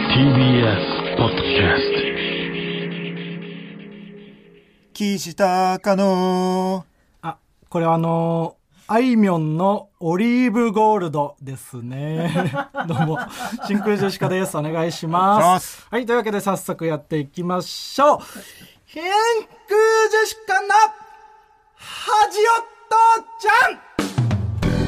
TBS ポッドキャス岸高のあ、これはあのーあいみょんのオリーブゴールドです ね。どうも、真空ジェシカです。お願いしお願いしまますす。はい、というわけで早速やっていきましょう。真空ジェシカの恥じお父ちゃん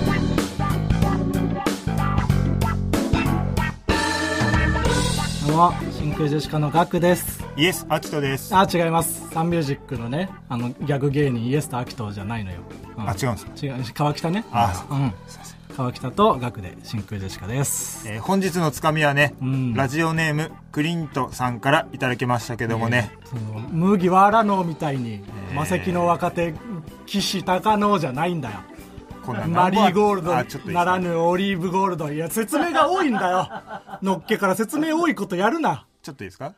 どうも、真空ジェシカのガクです。イエスアキトですああ違いますサンミュージックのねあのギャグ芸人イエスとアキトじゃないのよ、うん違うんですか違う川北ねあうんすいません川北とガクで真空ジェシカですえー本日のつかみはね、うんラジオネームクリントさんからいただきましたけどもね、その麦わらのみたいに魔石の若手岸高能じゃないんだよこんなマリーゴールあちょっとドいいならですかぬオリーブゴールドいや説明が多いん だよのっけから説明多いことやるなちょっといいですか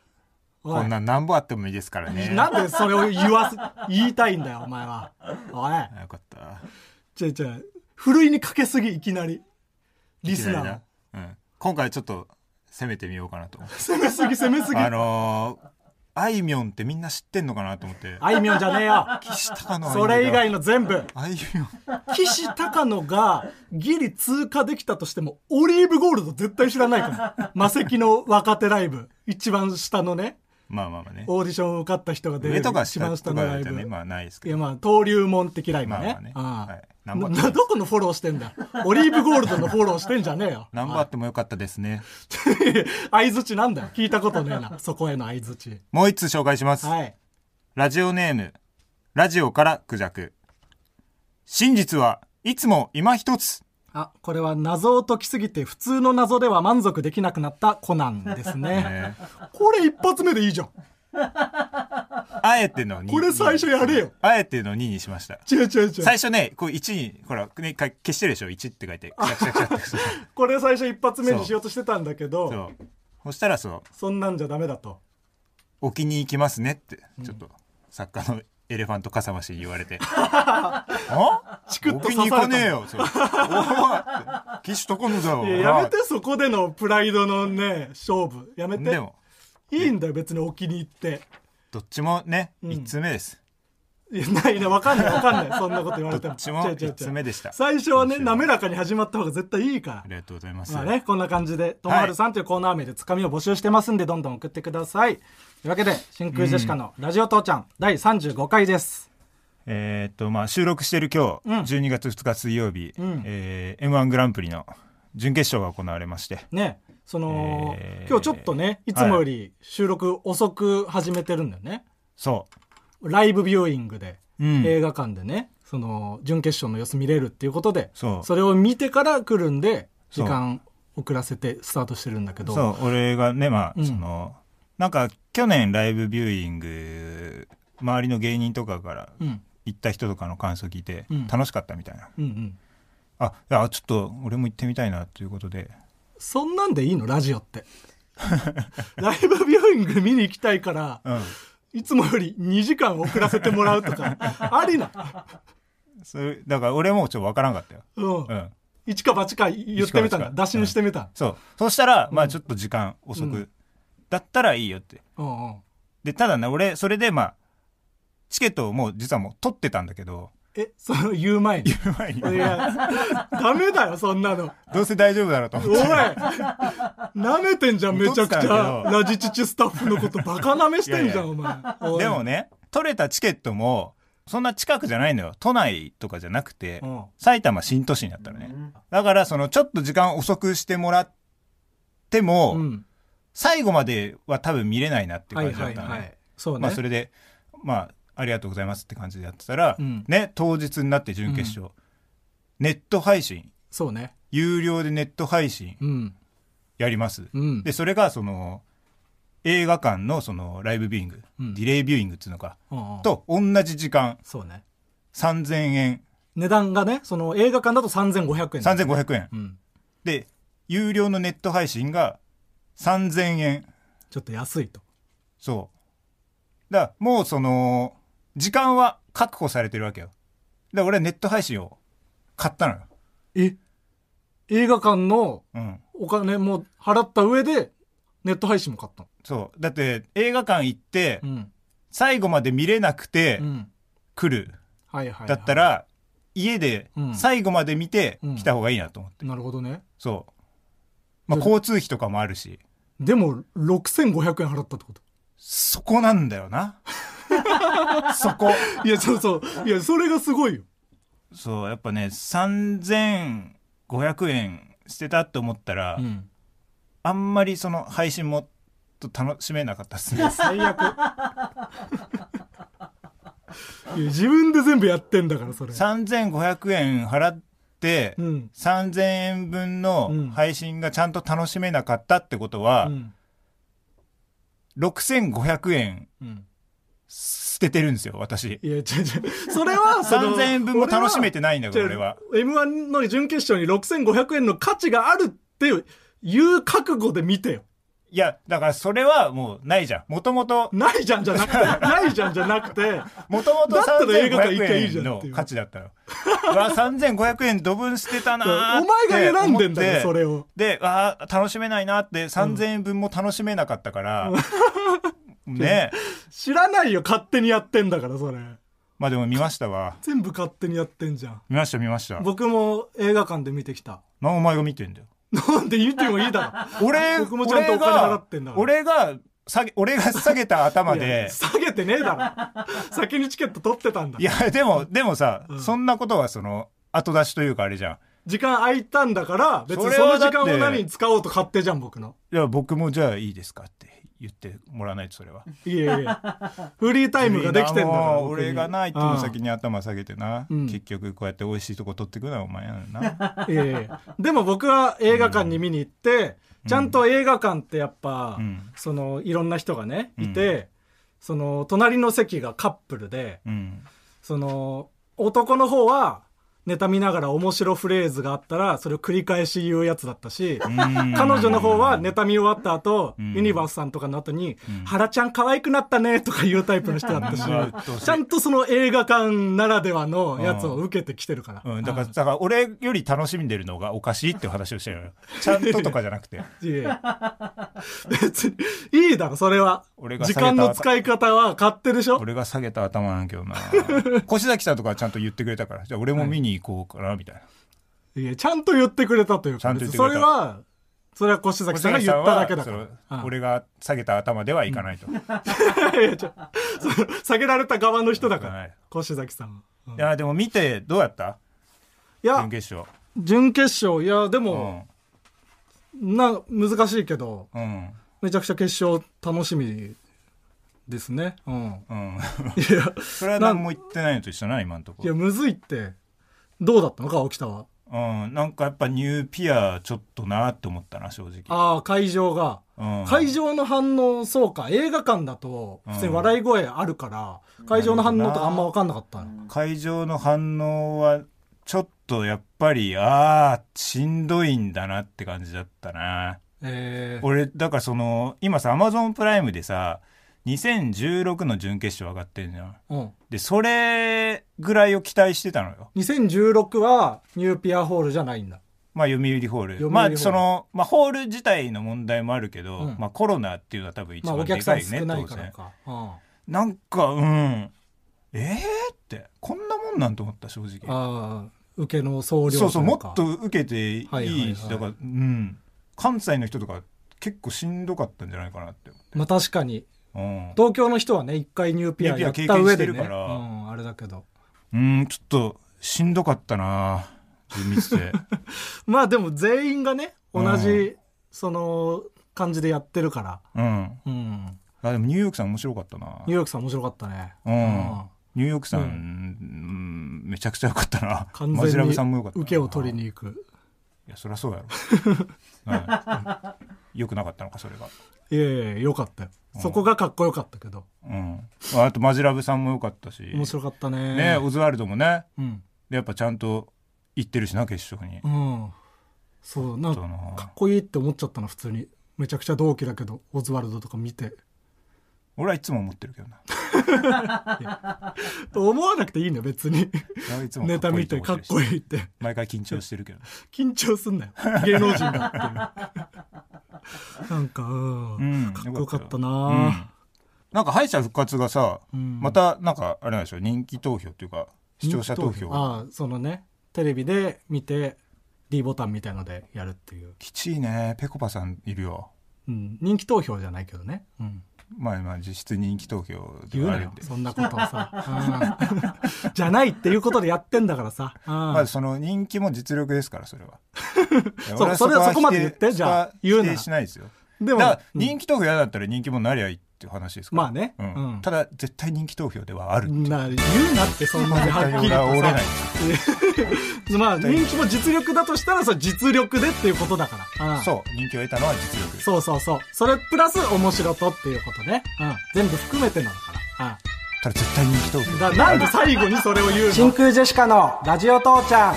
おこいんな何本あってもいいですからねなんでそれを言わす言いたいんだよお前はおいあよかったちょいちょいふるいにかけすぎいきなりリスナー嫌をいなうん、今回ちょっと攻めてみようかなと攻めすぎ攻めすぎあのーあいみょんってみんな知ってんのかなと思ってあいみょんじゃねえよ岸高野それ以外の全部あいみょん岸高野がギリ通過できたとしてもオリーブゴールド絶対知らないから魔石の若手ライブ一番下のねまあまあまあねオーディションを受かった人が出る上とか一下番と下のラかイじゃブねまあないですいけやどまあ登竜門的ライブまあねまあねああはいナンバーツなーどこのフォローしてんだオリーブゴールドのフォローしてんじゃねえ よ何本あってもよかったですね 相づちなんだよ聞いたこと ねえなそこへの相づちもう一つ紹介します、はいラジオネームラジオからクジャク真実はいつも今一つあ、これは謎を解きすぎて普通の謎では満足できなくなったコナンですね。ねこれ一発目でいいじゃん。あえての2これ最初やれよあえての2にしました違う違う違う。最初ねこう1にほら、ね、か消してるでしょ1って書いてクシャクシャクシャ ってそうこれ最初一発目にしようとしてたんだけど、そそうそしたらそうんなんじゃダメだと。 「置きに行きますね」ってちょっと作家のエレファントかさましに言わ れて「あチクッと置き刺さに行かれたねえよ」それおいって岸高野だいわややめてそこでのプライドのね、勝負。やめでて。もいいんだよ、別にお気に入って。どっちもね、ん一通目です。いや、ないね、わかんないわかんない。そんなこと言われてども。っちも違う違う違う一通目でした。最初はね、今週滑らかに始まった方が絶対いいからあ。りがとうございます。まあね、こんな感じで、ともはるさんというコーナー名でつかみを募集してますんで、どんどん送ってください。というわけで、真空ジェシカのラジオ父ちゃん、第35回です。えーっと、まあ、収録してる今日、うん12月2日水曜日、んえー、M1 グランプリの準決勝が行われまして、ね、その、えー今日ちょっとね、いつもより収録遅く始めてるんだよね。そライブビューイングで、う。うん。映画館でね、その、準決勝の様子見れるっていうことで、そうれを見てから来るんで、時間遅らせてスタートしてるんだけど、そう、俺がね、まあ、うんその、なんか、去年ライブビューイング、周りの芸人とかからうん、行った人とかの感想聞いて、うん楽しかったみたいな。うん、うん。あ、いや、ちょっと、俺も行ってみたいな、ということで。そんなんでいいのラジオって。 ライブビューイング見に行きたいから、うん。いつもより2時間遅らせてもらうと か、ありな。それ、だから俺もちょっとわからんかったよ。うんう。ん。一か八か言ってみたん一か八かだ。打診してみた。そう。そうしたら、まあちょっと時間遅く、うだったらいいよって。うんうん。で、ただね、俺、それでまあ、チケットをもう実はもう取ってたんだけ ど、え、その言う前に。い前にや、ダメだよ、そんなの。どうせ大丈夫だろうと思おいって。舐めてんじゃん、めちゃく思ちってたんだゃ。けどラジチチスタッフのことバカ舐めしてんじゃん、お前。おいでも、ね、取れたチケットも、そんな近くじゃないのよ。都内とかじゃなくてう、ん。埼玉新都市になったのね。だから、その、ちょっと時間遅くしてもらっても、うん。最後までは多分見れないなっては感いじだはっいたのね。はい。そうまあ、ねそ。れで、まあ、ありがとうございますって感じでやってたら、うんね、当日になって準決勝、ネット配信、そうね。有料でネット配信うん。やります。うん。で、それが、その、映画館のそのライブビューイング、うんディレイビューイングっていうのか、うんうん、と同じ時間、そうね。 3000円、値段がね、その映画館だと3500円。 3500円。うん。で、有料のネット配信が3000円。ちょっと安いと。そう。だからもうその、時間は確保されてるわけよ。だから俺はネット配信を買ったのよ。え映画館のうん。お金も払った上で、ネット配信も買ったのそう。だって、映画館行ってう、ん最後まで見れなくてう、ん来る。はいはいはいだったら、家でうん、最後まで見てうん、来た方がいいなと思って。なるほどねそう。まあ、それ交通費とかもあるし、でも6500円払ったってことそこなんだよな。そこ。いやそうそういやそれがすごいよそう、やっぱね、3500円してたって思ったら、うんあんまりその配信もっと楽しめなかったっ すね。最悪いや自分で全部やってんだからそれ3500円払って、うん3000円分うんの配信がちゃんと楽しめなかったってことうは、ん6500円うん捨ててるんですよ、私。いや違う違うそ れはその3000円分も楽しめてないんだから、俺は。 m 1の準決勝に6500円の価値があるっていう覚悟で見てよいや、だからそれはもうないじゃん。もともと、ないじゃんじゃな くてないじゃんじゃなくてもともとだったら映画館行きゃいい3500円じゃんっのていう価値だったよ。うわ、3500円ドブン捨てたなおーって前が選んでんだ思っよてそれをで、あー楽しめないなって、3000円分も楽しめなかった から、ね知らないよ勝手にやってんだからそれまあでも見ましたわ。全部勝手にやってんじゃん見ました見ました。 僕も映画館で見てきた なお前が見てんだよ。なんで見てもいいだろ俺、僕もちゃんとお金払ってんだから俺が、俺が下げ、俺が下げた頭いやで、下げてねえだろ 先にチケット取ってたんだいや、でも、でもさ、うんそんなことはその、後出しというかあれじゃん。時間空いたんだから別にそそれのはだ時って間を何に使おうと勝手じゃん僕のいや、僕もじゃあいいですかって言ってもらわないとそれは。いやいやフリータイムができてんだからもう僕に俺がな、いつも先に頭下げてな、うん結局こうやって美味しいとこ取ってくのはお前なの な。いやいやでも僕は映画館に見に行って、ちゃんと映画館ってやっぱ、うんそのいろんな人がねうんいて、その隣の席がカップルでうん。その男の方はネタ見ながら面白フレーズがあったらそれを繰り返し言うやつだったし、彼彼女の方はネタ見終わった後、うんユニバースさんとかの後に、ん原ちゃん可愛くなったねとか言うタイプの人だったし、ちゃんとその映画館ならではのやつを受けてきてるから。うん、だから、だから俺より楽しんでるのがおかしいっていう話をして るのよ。ちゃんととかじゃなくて。いやいや別にいいだろ、それは俺。が下時げた間の使い方は勝手でしょ俺が下げた頭なんけど な。越崎さんとかはちゃんと言ってくれたから、じゃあ俺も見に行こうかな、みた いな。いや、ちゃんと言ってくれたというちゃか、んと言ってく別にれそたれは、それは越崎越さんが崎言さんったはだけだから。そのうん俺が下げた頭ではいかないと。いやいやちょその下げられた側の人だかはらい、越崎さんは。うんいや、でも見てどうやったいや準、決勝。準決勝、いや、でうも、ん。な、難しいけど、うん。めちゃくちゃ決勝楽しみですね。うん。うん。いや、それは何も言ってないのと一緒だな、今のとこいや、ろ。むずいって、どうだったのか、青北は。うん。なんかやっぱニューピアちょっとなって思ったな、正直。ああ、会場が。うん。会場の反応そうか映画館だと普通に笑い声あるから、会場の反応とかあんま分かんなかったの、会場の反応はちょっとやっぱりああしんどいんだなって感じだったなえー俺だからその今さアマゾンプライムでさ2016の準決勝上がってんじゃんうん、でそれぐらいを期待してたのよ2016はニューピアホールじゃないんだまあ読売ホール読売まホールあその、まあ、ホール自体の問題もあるけど、うんまあコロナっていうのは多分一まあ番おで客さかんいよね、少ない当から然か、うん、あなんかうんええってこんなもんなんと思った正直あ受けの総量といかそうそうもっと受けていいし、はいはいはいだから、うん、関西の人とか結構しんどかったんじゃないかなって、まあ確かにうん東京の人はね一回ニューピアやったニューピア経験上してでるね、うからん、あれだけどうんちょっとしんどかったな見て てまあでも全員がね同じ、うその感じでやってるから、うんうん、あでもニューヨークさん面白かったなニューヨークさん面白かったね、うんうんニューヨークさん、ううんめちゃくちゃ良かったな完全マジラブにさんも良かったな受けを取りに行くいやそりゃそうやろ、 はい、よくなかったのかそれがいやいやいやよかったよ、そこがかっこよかったけどうんあとマジラブさんも良かったし面白かったねねオズワルドもねうん、でやっぱちゃんと行ってるしな決勝に、うん、そうなんそかのかっこいいって思っちゃったな普通にめちゃくちゃ同期だけどオズワルドとか見て俺はいつも思ってるけどな。思わなくていいんだよ別に俺はいつも ネタ見てかかっっここいいと思ってるしいい って毎回緊張してるけど。緊張すんなよ芸能人がっていうなんか、うんうんかっこよかったうんな、なんか敗者復活がさ、うんまたなんかあれなんでしょう人気投票っていうか視聴者投票ああそのねテレビで見て D ボタンみたいのでやるっていう、きちいねぺこぱさんいるようん、人気投票じゃないけどね、うん、まあまあ実質人気投票で言うはあなるんよでそんなことをさ、うん じゃないっていうことでやってんだからさ、うんまあその人気も実力ですからそれはいや そう俺それははそこまで否定言ってじゃあそこは言うな否定しないですよでもだからうん人気投票嫌だったら人気もなりゃいいっていう話ですからまあねうんうんただ絶対人気投票ではあるな言うなってそんなに はっきり俺は折れないとさまあ人気も実力だとしたらそう実力でっていうことだから、うんそう人気を得たのは実力そうそうそうそれプラス面白とっていうことね、うん、全部含めてなのから、うんただ絶対人気投票だではあなんるで最後にそれを言うの真空ジェシカのラジオ父ちゃん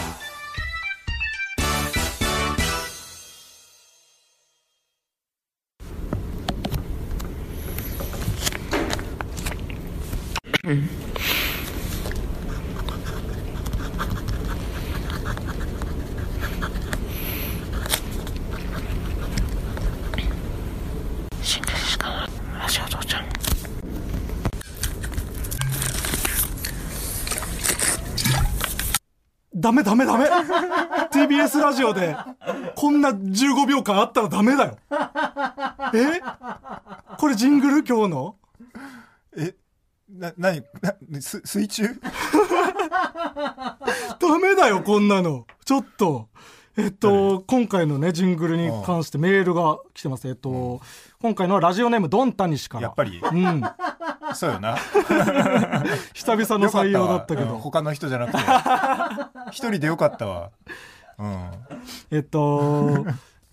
新開しかラジオ父ちゃんダメダメダメ TBS ラジオでこんな15秒間あったらダメだよえこれジングル今日のえな何 なす水中ダメだよこんなのちょっとえっと、今回のね、ジングルに関してメールが来てます。えっと、今回のラジオネーム、ドンタニシから。やっぱりうん。そうよな久々の採用だったけよかわうんど。他の人じゃなくて 一人でよかったわうんえっと、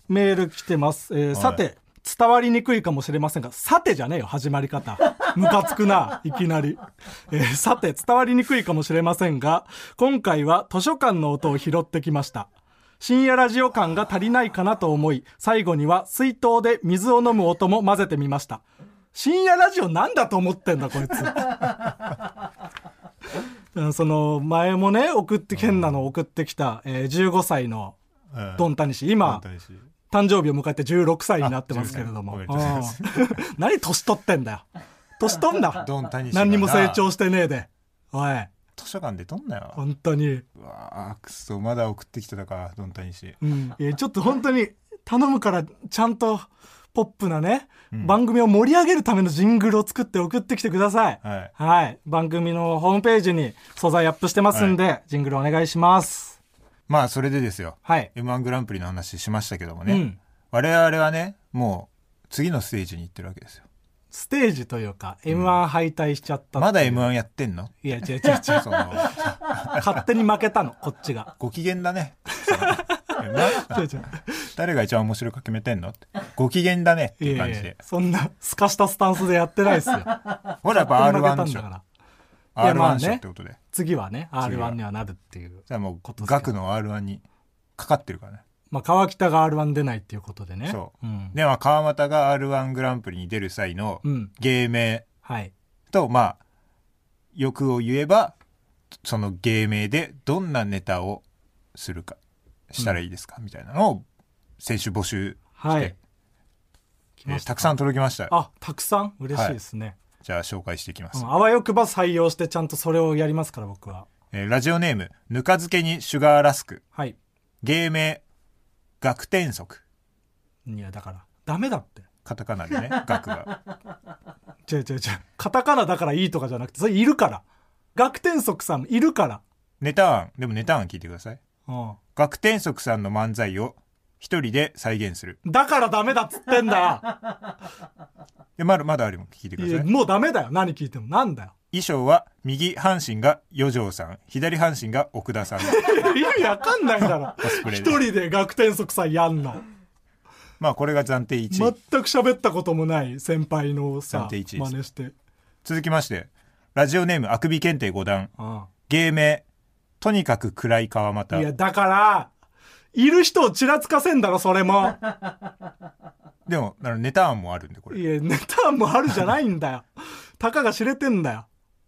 メール来てます。えーいさて、伝わりにくいかもしれませんが、さてじゃねえよ、始まり方。ムカつくな、いきなり。えーさて、伝わりにくいかもしれませんが、今回は図書館の音を拾ってきました。深夜ラジオ感が足りないかなと思い、最後には水筒で水を飲む音も混ぜてみました。深夜ラジオなんだと思ってんだ、こいつ。うんその、前もね、送って、変なの送ってきた、えー15歳のうんドンタニシ、今、ドンタニシ誕生日を迎えて16歳になってますけれどあも。う16ん 歳おめでとうございます何年取ってんだよ。年取んな。ドンタニシがな何にも成長してねえで。おい、図書館で撮んなよ本当に。うわあくそまだ送ってきてたかドンタニシうん。いやちょっと本当に、頼むから、ちゃんと、ポップなね、番組を盛り上げるためのジングルを作って送ってきてください。はい番組のホームページに素材アップしてますんで、ジングルお願いします。まあそれでですよはい。 m 1グランプリの話しましたけどもね、うん我々はねもう次のステージに行ってるわけですよステージというか、M1 敗退しちゃった。まだ m 1やってんのいや、違う違う違う。その 勝手に負けたの、こっちが。ご機嫌だね M1 違う違う 誰が一番面白いか決めてんのってご機嫌だねっていいうや感いじやでそんな、すかしたスタンスでやってない ですよ。ほらやっぱ勝手に R1 負でけしたんだょから。いやまあ R1 ね賞ってことでじ次はね、次は R1 にはなるっていう。ゃあもうですけど額の R1 にかかってるからねまあ、川北が R1 出ないっていうことでね。そう、ん。でまあ川又が R1 グランプリに出る際のうん。芸名はい。とまあ欲を言えばその芸名でどんなネタをするかしたらいいですか、みたいなのを先週募集して、はい。えーたくさん届きましたあ、たくさん嬉しいですね。じゃあ紹介していきます、うんあわよくば採用して、ちゃんとそれをやりますから、僕は。えーラジオネームぬか漬けにシュガーラスクはい。芸名学天足いや、だから、ダメだって。カタカナでね 学が違う違う違う。カタカナだからいいとかじゃなくて、それいるから。学天則さんもいるから。ネタ案でもネタ案聞いてくださいうん。学天足さんの漫才を一人で再現するだからダメだっつってんだよでまだまだあるも聞いてくだいさいやもうダメだよ何聞いてもなんだよ衣装は右半身が四条さん左半身が奥 田さんい や意味わかんないだろコスプレ一で人で学天即さやんのまあこれが暫定1全位く喋ったこともない先輩の暫さ定真一位です似して続きましてラジオネームあくび検定五段あ芸名とにかく暗い川あ又いやだからいる人をちらつかせんだろそれ もでもあのネタ案もあるんでこれいやネタもあるじゃないんだよたかが知れてんだよ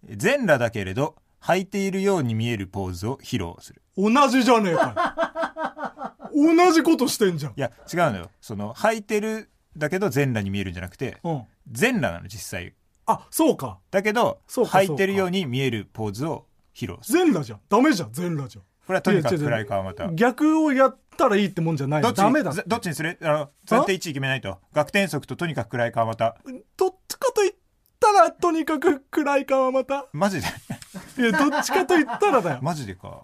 全裸だけれど履いているように見えるポーズを披露する同じじゃねえかよ同じことしてんじゃんいや違うのよその履いてるだけど全裸に見えるんじゃなくてうん。全裸なの実際あ、そうか。だけどそうかそう履かいてるように見えるポーズを披露する全裸じゃん。ダメじゃん、全裸じゃこれはとにかいくや違う違う暗い顔はまたん。逆をやったらいいってもんじゃないどの。っちダメだ。どっちにするあの暫定1位決めないと学天則ととにかく暗い顔はまたどっちかと言ったら、とにかく暗いかはまた。マジで いや、どっちかと言ったらだよ。マジでか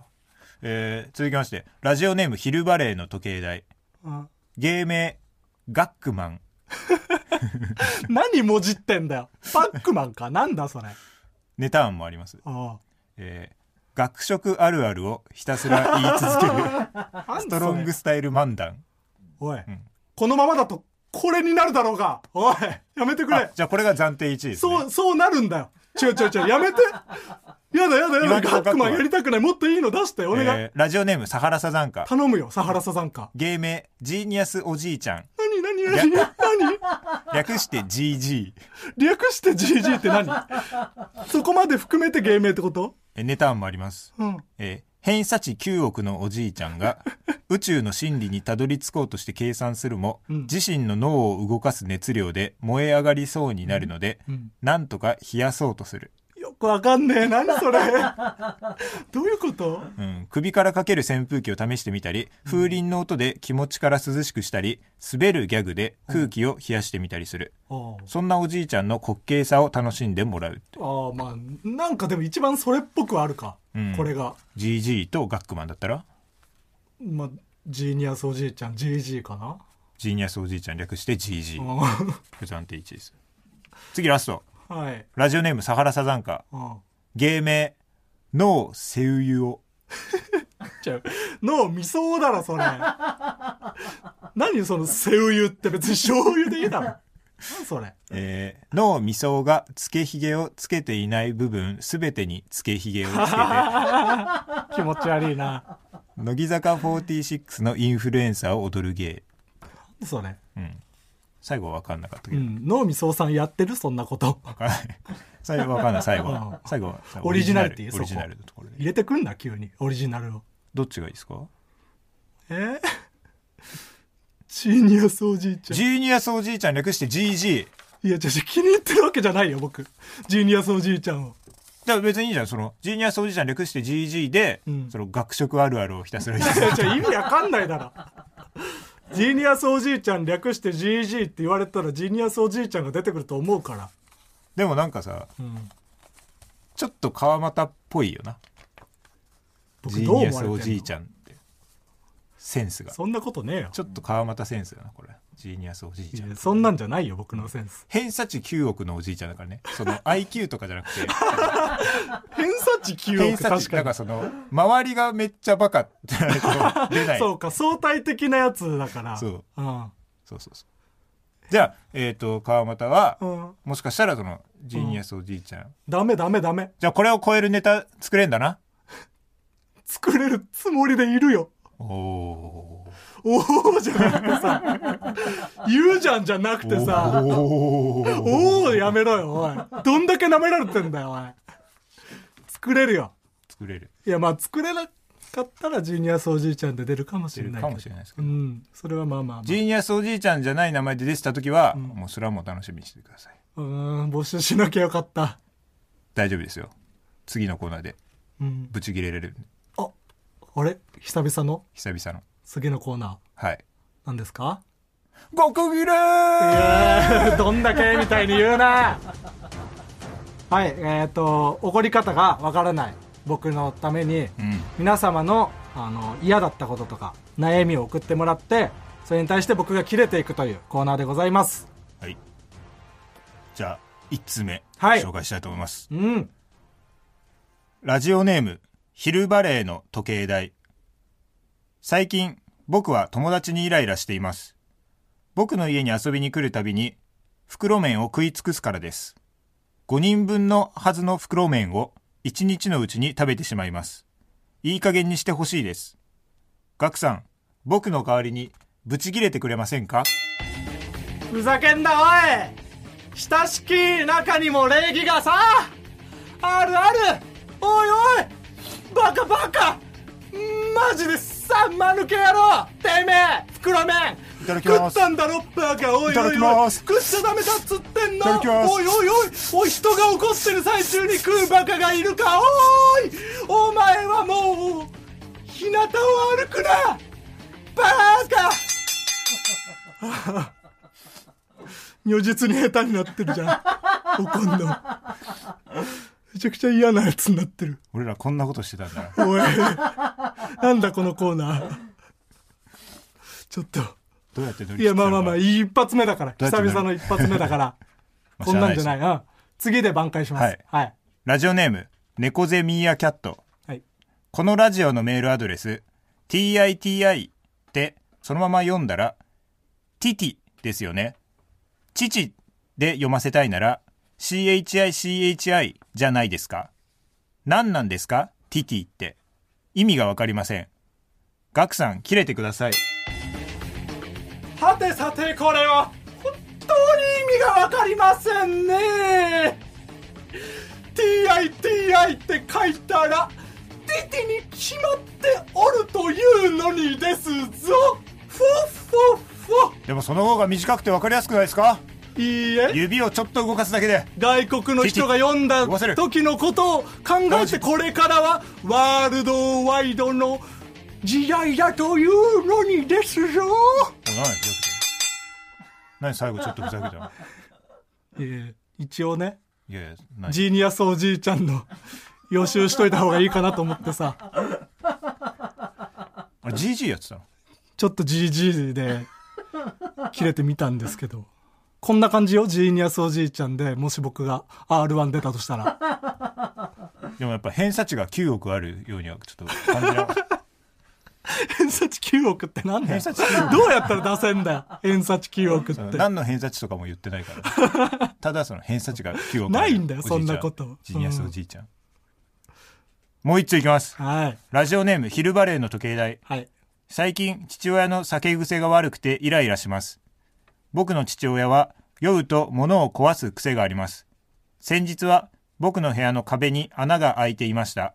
えー続きましてラジオネーム昼バレーの時計台うん芸名ガックマン何もじってんだよ。パックマンか。なんだそれ。あネタ案もありますあ。えー学食あるあるをひたすら言い続 ける スストロングスタイル漫談おい、んこのままだとこれになるだろうがおいやめてくれあじゃあこれが暫定1位です、ね、そうそうなるんだよ違う違う違うやめてやだやだや今んだとこガックマンやりたくないもっといいの出してお願い、えーラジオネームサハラサザンカ頼むよサハラサザンカ芸名ジーニアスおじいちゃん何何何何略して GG 略して GG って何そこまで含めて芸名ってことえーネタ案もあります、うんえー偏差値9億のおじいちゃんが宇宙の真理にたどり着こうとして計算するも、自身の脳を動かす熱量で燃え上がりそうになるので、なんとか冷やそうとする、よくわかんねえ何それどういうことうん、首からかける扇風機を試してみたり風鈴の音で気持ちから涼しくしたり滑るギャグで空気を冷やしてみたりする、あそんなおじいちゃんの滑稽さを楽しんでもらうってあああまあなんかでも一番それっぽくはあるか、んこれが GG とガックマンだったらまあジーニアスおじいちゃん GG かなジーニアスおじいちゃん略して GG うん暫定1位です次ラスト はい。ラジオネームサハラサザンカうん。芸名ノーセウユオちゃう。脳みそうだろ、それ。何その、背湯って別に醤油でいいだろ。何それ。えー、脳みそがつけひげをつけていない部分すべてにつけひげをつ けて気持ち悪いな。乃木坂46のインフルエンサーを踊る芸それ。最後は分かんなかったけうど、ん。脳みそうさんやってるそんなこと。分かんない最後分かんない最後うんは最後はオリジナリティオリジナそルオリジこナルのところ入でれてくんな、急に。オリジナルを。どっちがいいですかえー、ジーニアスおじいちゃん。ジーニアスおじいちゃん略して GG いや、じゃ気に入ってるわけじゃないよ、僕。ジーニアスおじいちゃんを。じゃあ別にいいじゃんそのジーニアスおじいちゃん略して GG で、うんその学食あるあるをひたすら言っいてや じゃあ意味わかんないだろジーニアスおじいちゃん略して GG って言われたらジーニアスおじいちゃんが出てくると思うからでもなんかさんちょっと川俣っぽいよな僕ジーどうニア思スわれてんのおじいちゃんってセンスがそんなことねえよちょっと川俣センスだなこれジーニアスおじいちゃいやんそんなんじゃないよ僕のセンス偏差値9億のおじいちゃんだからねそ の IQ とかじゃなくて偏差値9偏億差値だ確からかその周りがめっちゃバカってなると出なにい そうか相対的なやつだからそううんそうそうそうじゃあえっ、と川俣は、うんもしかしたらそのジーニアスおじいちゃん、ダメダメダメじゃあこれを超えるネタ作れんだな作れるつもりでいるよおおおおじゃなくてさ言うじゃんじゃなくてさおーおおやめろよおいどんだけ舐められてんだよおい作れるよ作れるいやまあ作れなかったらジーニアスおじいちゃんで出るかもし出れるないかもしれないですけうど、んそれはまあまあ、まジーニアスおじいちゃんじゃない名前で出てた時は、もうそれはもう楽しみにしててくださいあ、うーん募集しなきゃよかった大丈夫ですよ次のコーナーでうんブチ切れられるんでああれ久々の久々の次のコーナはいーなんですか極切れーどんだけみたいに言うなはいえっ、と怒り方がわからない僕のために、うん皆様のあの嫌だったこととか悩みを送ってもらってそれに対して僕が切れていくというコーナーでございますはいじゃあ1通目、はい紹介したいと思いますうんラジオネーム昼バレーの時計台最近僕は友達にイライラしています僕の家に遊びに来るたびに袋麺を食い尽くすからです5人分のはずの袋麺を1日のうちに食べてしまいますいい加減にしてほしいですガクさん僕の代わりにブチ切れてくれませんかふざけんなおい親しき中にも礼儀がさあるあるおいおいバカバカマジでさ間抜け野郎てめえ袋麺いただき食まっすたんだろバカおいおいいたおだいきます食っちゃダメだっつってんのいただきますおいおいおいおい人が怒ってる最中に食うバカがいるかおーいお前はもう日向を歩くなバカ如実に下手になってるじゃん怒んのめちゃくちゃ嫌なやつになってる俺らこんなことしてたんだなおいなんだこのコーナーちょっとどうやって乗りい切やったのまかあまあまあ一発目だからどうやって久乗る々の一発目だからまあこんなんじゃしないうん次で挽回しますはいはい、ラジオネーム猫背ミーアキャットはい、このラジオのメールアドレス TITI ってそのまま読んだらティティですよね父で読ませたいなら CHICHI じゃないですか何なんですかティティって意味がわかりませんガクさん切れてくださいはてさてこれは本当に意味がわかりませんね TITI って書いたらティティに決まっておるというのにですぞふっふっふでもその方が短くてわかりやすくないですかいいえ指をちょっと動かすだけで外国の人が読んだ忘れる時のことを考えてこれからはワールドワイドの時代だというのにですよ何よく何最後ちょっとふざけたの一応ねいやいや何ジーニアスおじいちゃんの予習しといた方がいいかなと思ってさあ GG やってたのちょっと GG で切れてみたんですけどこんな感じよジーニアスおじいちゃんでもし僕が r 1出たとしたらでもやっぱ偏差値が9億あるようにはちょっと感じな偏差値9億ってなんだ偏よ差値9どうやったら出せんだよ偏差値9億 って何の偏差値とかも言ってないからただその偏差値が9億あるないんだよおじいちゃそんなことジニアスおじいちゃん、もう一ついきますはいラジオネーム昼バレーの時計台はい最近父親の酒癖が悪くてイライラします僕の父親は酔うと物を壊す癖があります先日は僕の部屋の壁に穴が開いていました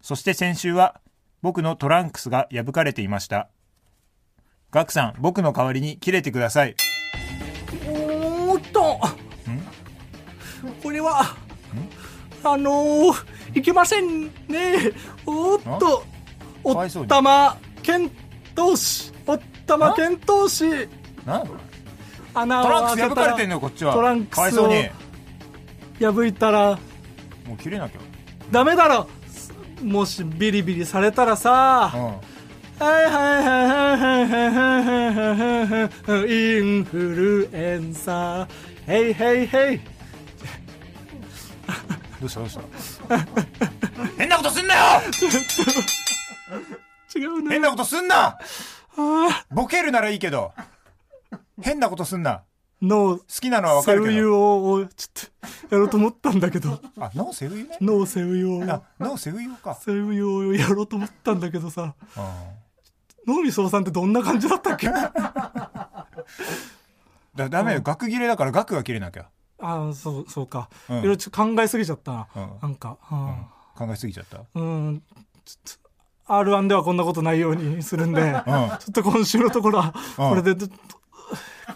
そして先週は僕のトランクスが破かれていましたガクさん僕の代わりに切れてくださいおーっとこれはあのー、いけませんねおーっとかおわいっそうにたま剣闘士おったま剣闘士なんト穴ランクを開スけ破たかられてんのよこっちはトランクスをかわいそうに破いたらもう切れなきダメだろもしビリビリされたらゃ、うさ、ん、はいはいはいはいはいはいはいはいはいインフルエンサーヘイヘイヘイどうしたどうした 変なことすんなよ違うね変なことすんなボケるならいいけど変なことすんなノー好きなのはわかセるウけユどをおちょっとやろうと思ったんだ けどあノーセウユねノーセウユをあノーセウユか、セウユをやろうと思ったんだけどさうん、能見翔さんってどんな感じだった っけあだダメよ、額切れだから額が切れなきゃ、あそうそうか、うんいろいろちょっと考えすぎちゃったな、うんなんか考えすぎちゃったうん、うん、ちょっと R1 ではこんなことないようにするんで、ちょうっと今週のところはうんこれでど、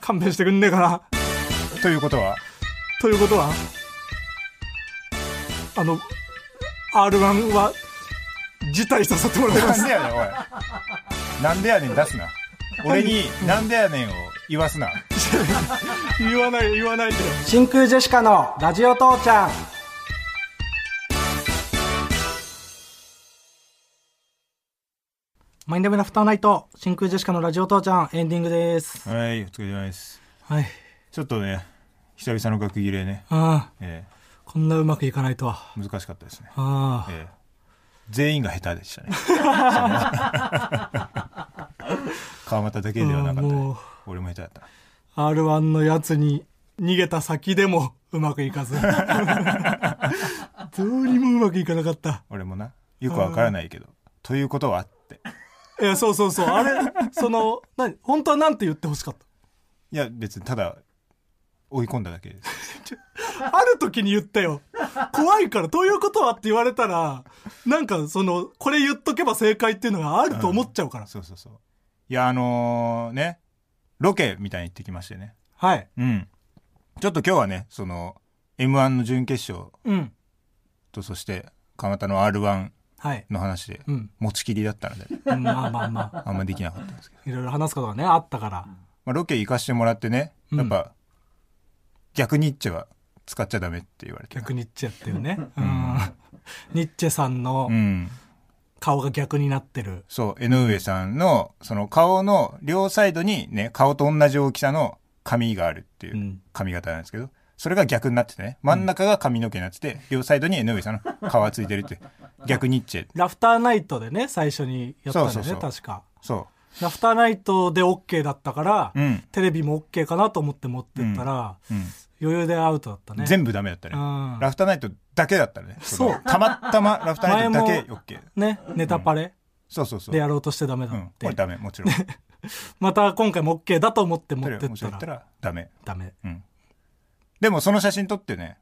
勘弁してくんねえかな。んということはということはあの R1 は辞退させてもらいまなすんでやねんおいなんでやねん出すな俺になんでやねんを言わすな言わない言わないで真空ジェシカのラジオ父ちゃんマインダムラフターナイト真空ジェシカのラジオ父ちゃんエンディングですはいお疲れ様ですはいちょっとね久々の額切れね、ああえこんなうまくいかないとはえ難しかったですね、ああええ全員が下手で したね川又だけではなかったうんもねう俺も下手だった R1 のやつに逃げた先でもうまくいか ずどうにもうまくいかなかった俺もなよくわからないけどということはっていやそうそうそうあれその何本当は何て言ってほしかったいや別にただ追い込んだだけです ある時に言ったよ。怖いから、ということはって言われたら、なんかその、これ言っとけば正解っていうのがあると思っちゃうから。そうそうそういやあのーねロケみたいに行ってきましてね。はい。うん。ちょっと今日はね、その、M1 の準決勝うん。と、そして、蒲田の R1 はい。の話でうん、持ちきりだったので、うんまあまあまあ。あんまできなかったんですけど。いろいろ話すことがね、あったから。まあ、ロケ行かしてもらってね、うんやっぱ、逆ニッチェは使っちゃダメって言われて。逆ニッチェっていうね。うん。 ニッチェさんのうん。顔が逆になってる。そう、江上さんの、その顔の両サイドにね、顔と同じ大きさの髪があるっていううん髪型なんですけど、それが逆になっててね、真ん中が髪の毛になってて、両サイドに江上さんの顔がついてるって いう、逆ニッチェ。ラフターナイトでね、最初にやったんだよね、そうそうそう確か。そラフターナイトで OK だったから、う。うん。テレビも OK かなと思って持ってったら、うん。余裕でアウトだったね。全部ダメだったね。うんラフターナイトだけだったね。そうのたまたまラフターナイトだけ OK。ね、ネタパレそうそうそう。でやろうとしてダメだうっん。て。これダメ、もち ろん。また今回も OK だと思って持そっれてもっちろたん言らったらダメ。ダメ。うん。でもその写真撮ってね、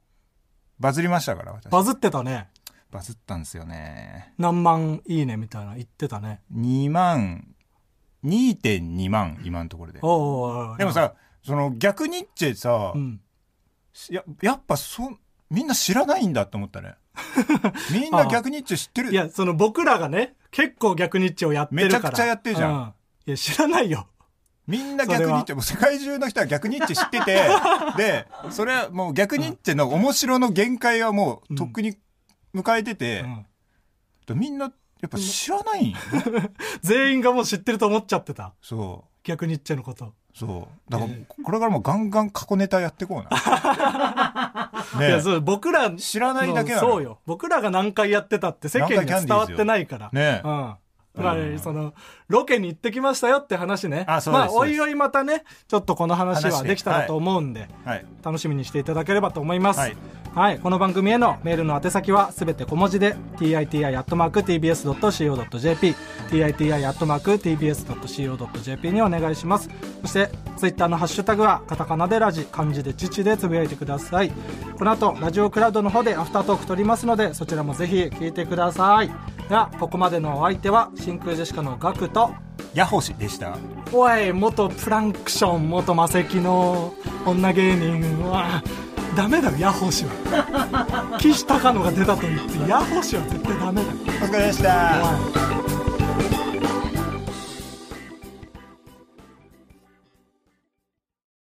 バズりましたから、私。バズってたね。バズったんですよね。何万いいねみたいな言ってたね。 2万、2.2万、今のところで。おうおうおうおうでも、さ、その逆ニッチェさ、うん。ややっぱそ、みんな知らないんだと思った ね。みんな逆ニッチェ知ってる。いや、その僕らがね、結構逆ニッチェをやってるから。めちゃくちゃやってるじゃんういや、知らないよ。みんな逆ニッそチェ、もう世界中の人は逆ニッチェ知ってて、 で、それはもう逆ニッチェの面白の限界はもうとっくに迎えてて、うんみんなやっぱ知らないんよね全員がもう知ってると思っちゃってた。そう。逆ニッチェのこと。そう。だから、これからもガンガン過去ネタやってこうな。いねや、そう、僕らの、知らないだけなのそうよ。僕らが何回やってたって世間には伝わってないから。何回キャンディーズよねえうん。だから、その、ロケに行ってきましたよって話ね。あそうですまあ、そうおですいおいまたね、ちょっとこの話は話ねできたらと思うんで。はい。楽しみにしていただければと思います、ははいいこの番組へのメールの宛先はすべて小文字で titi.tbs.co.jp titi.tbs.co.jp にお願いしますそしてツイッターのハッシュタグはカタカナでラジ漢字で父でつぶやいてくださいこの後ラジオクラウドの方でアフタートーク取りますのでそちらもぜひ聞いてくださいではここまでのお相手は真空ジェシカのガクとヤホシでした。おい元プランクション元魔石の女芸人はダメだよヤホー氏は 岸隆乃が出たと言ってヤホー氏は絶対ダメだよお疲れでしたおい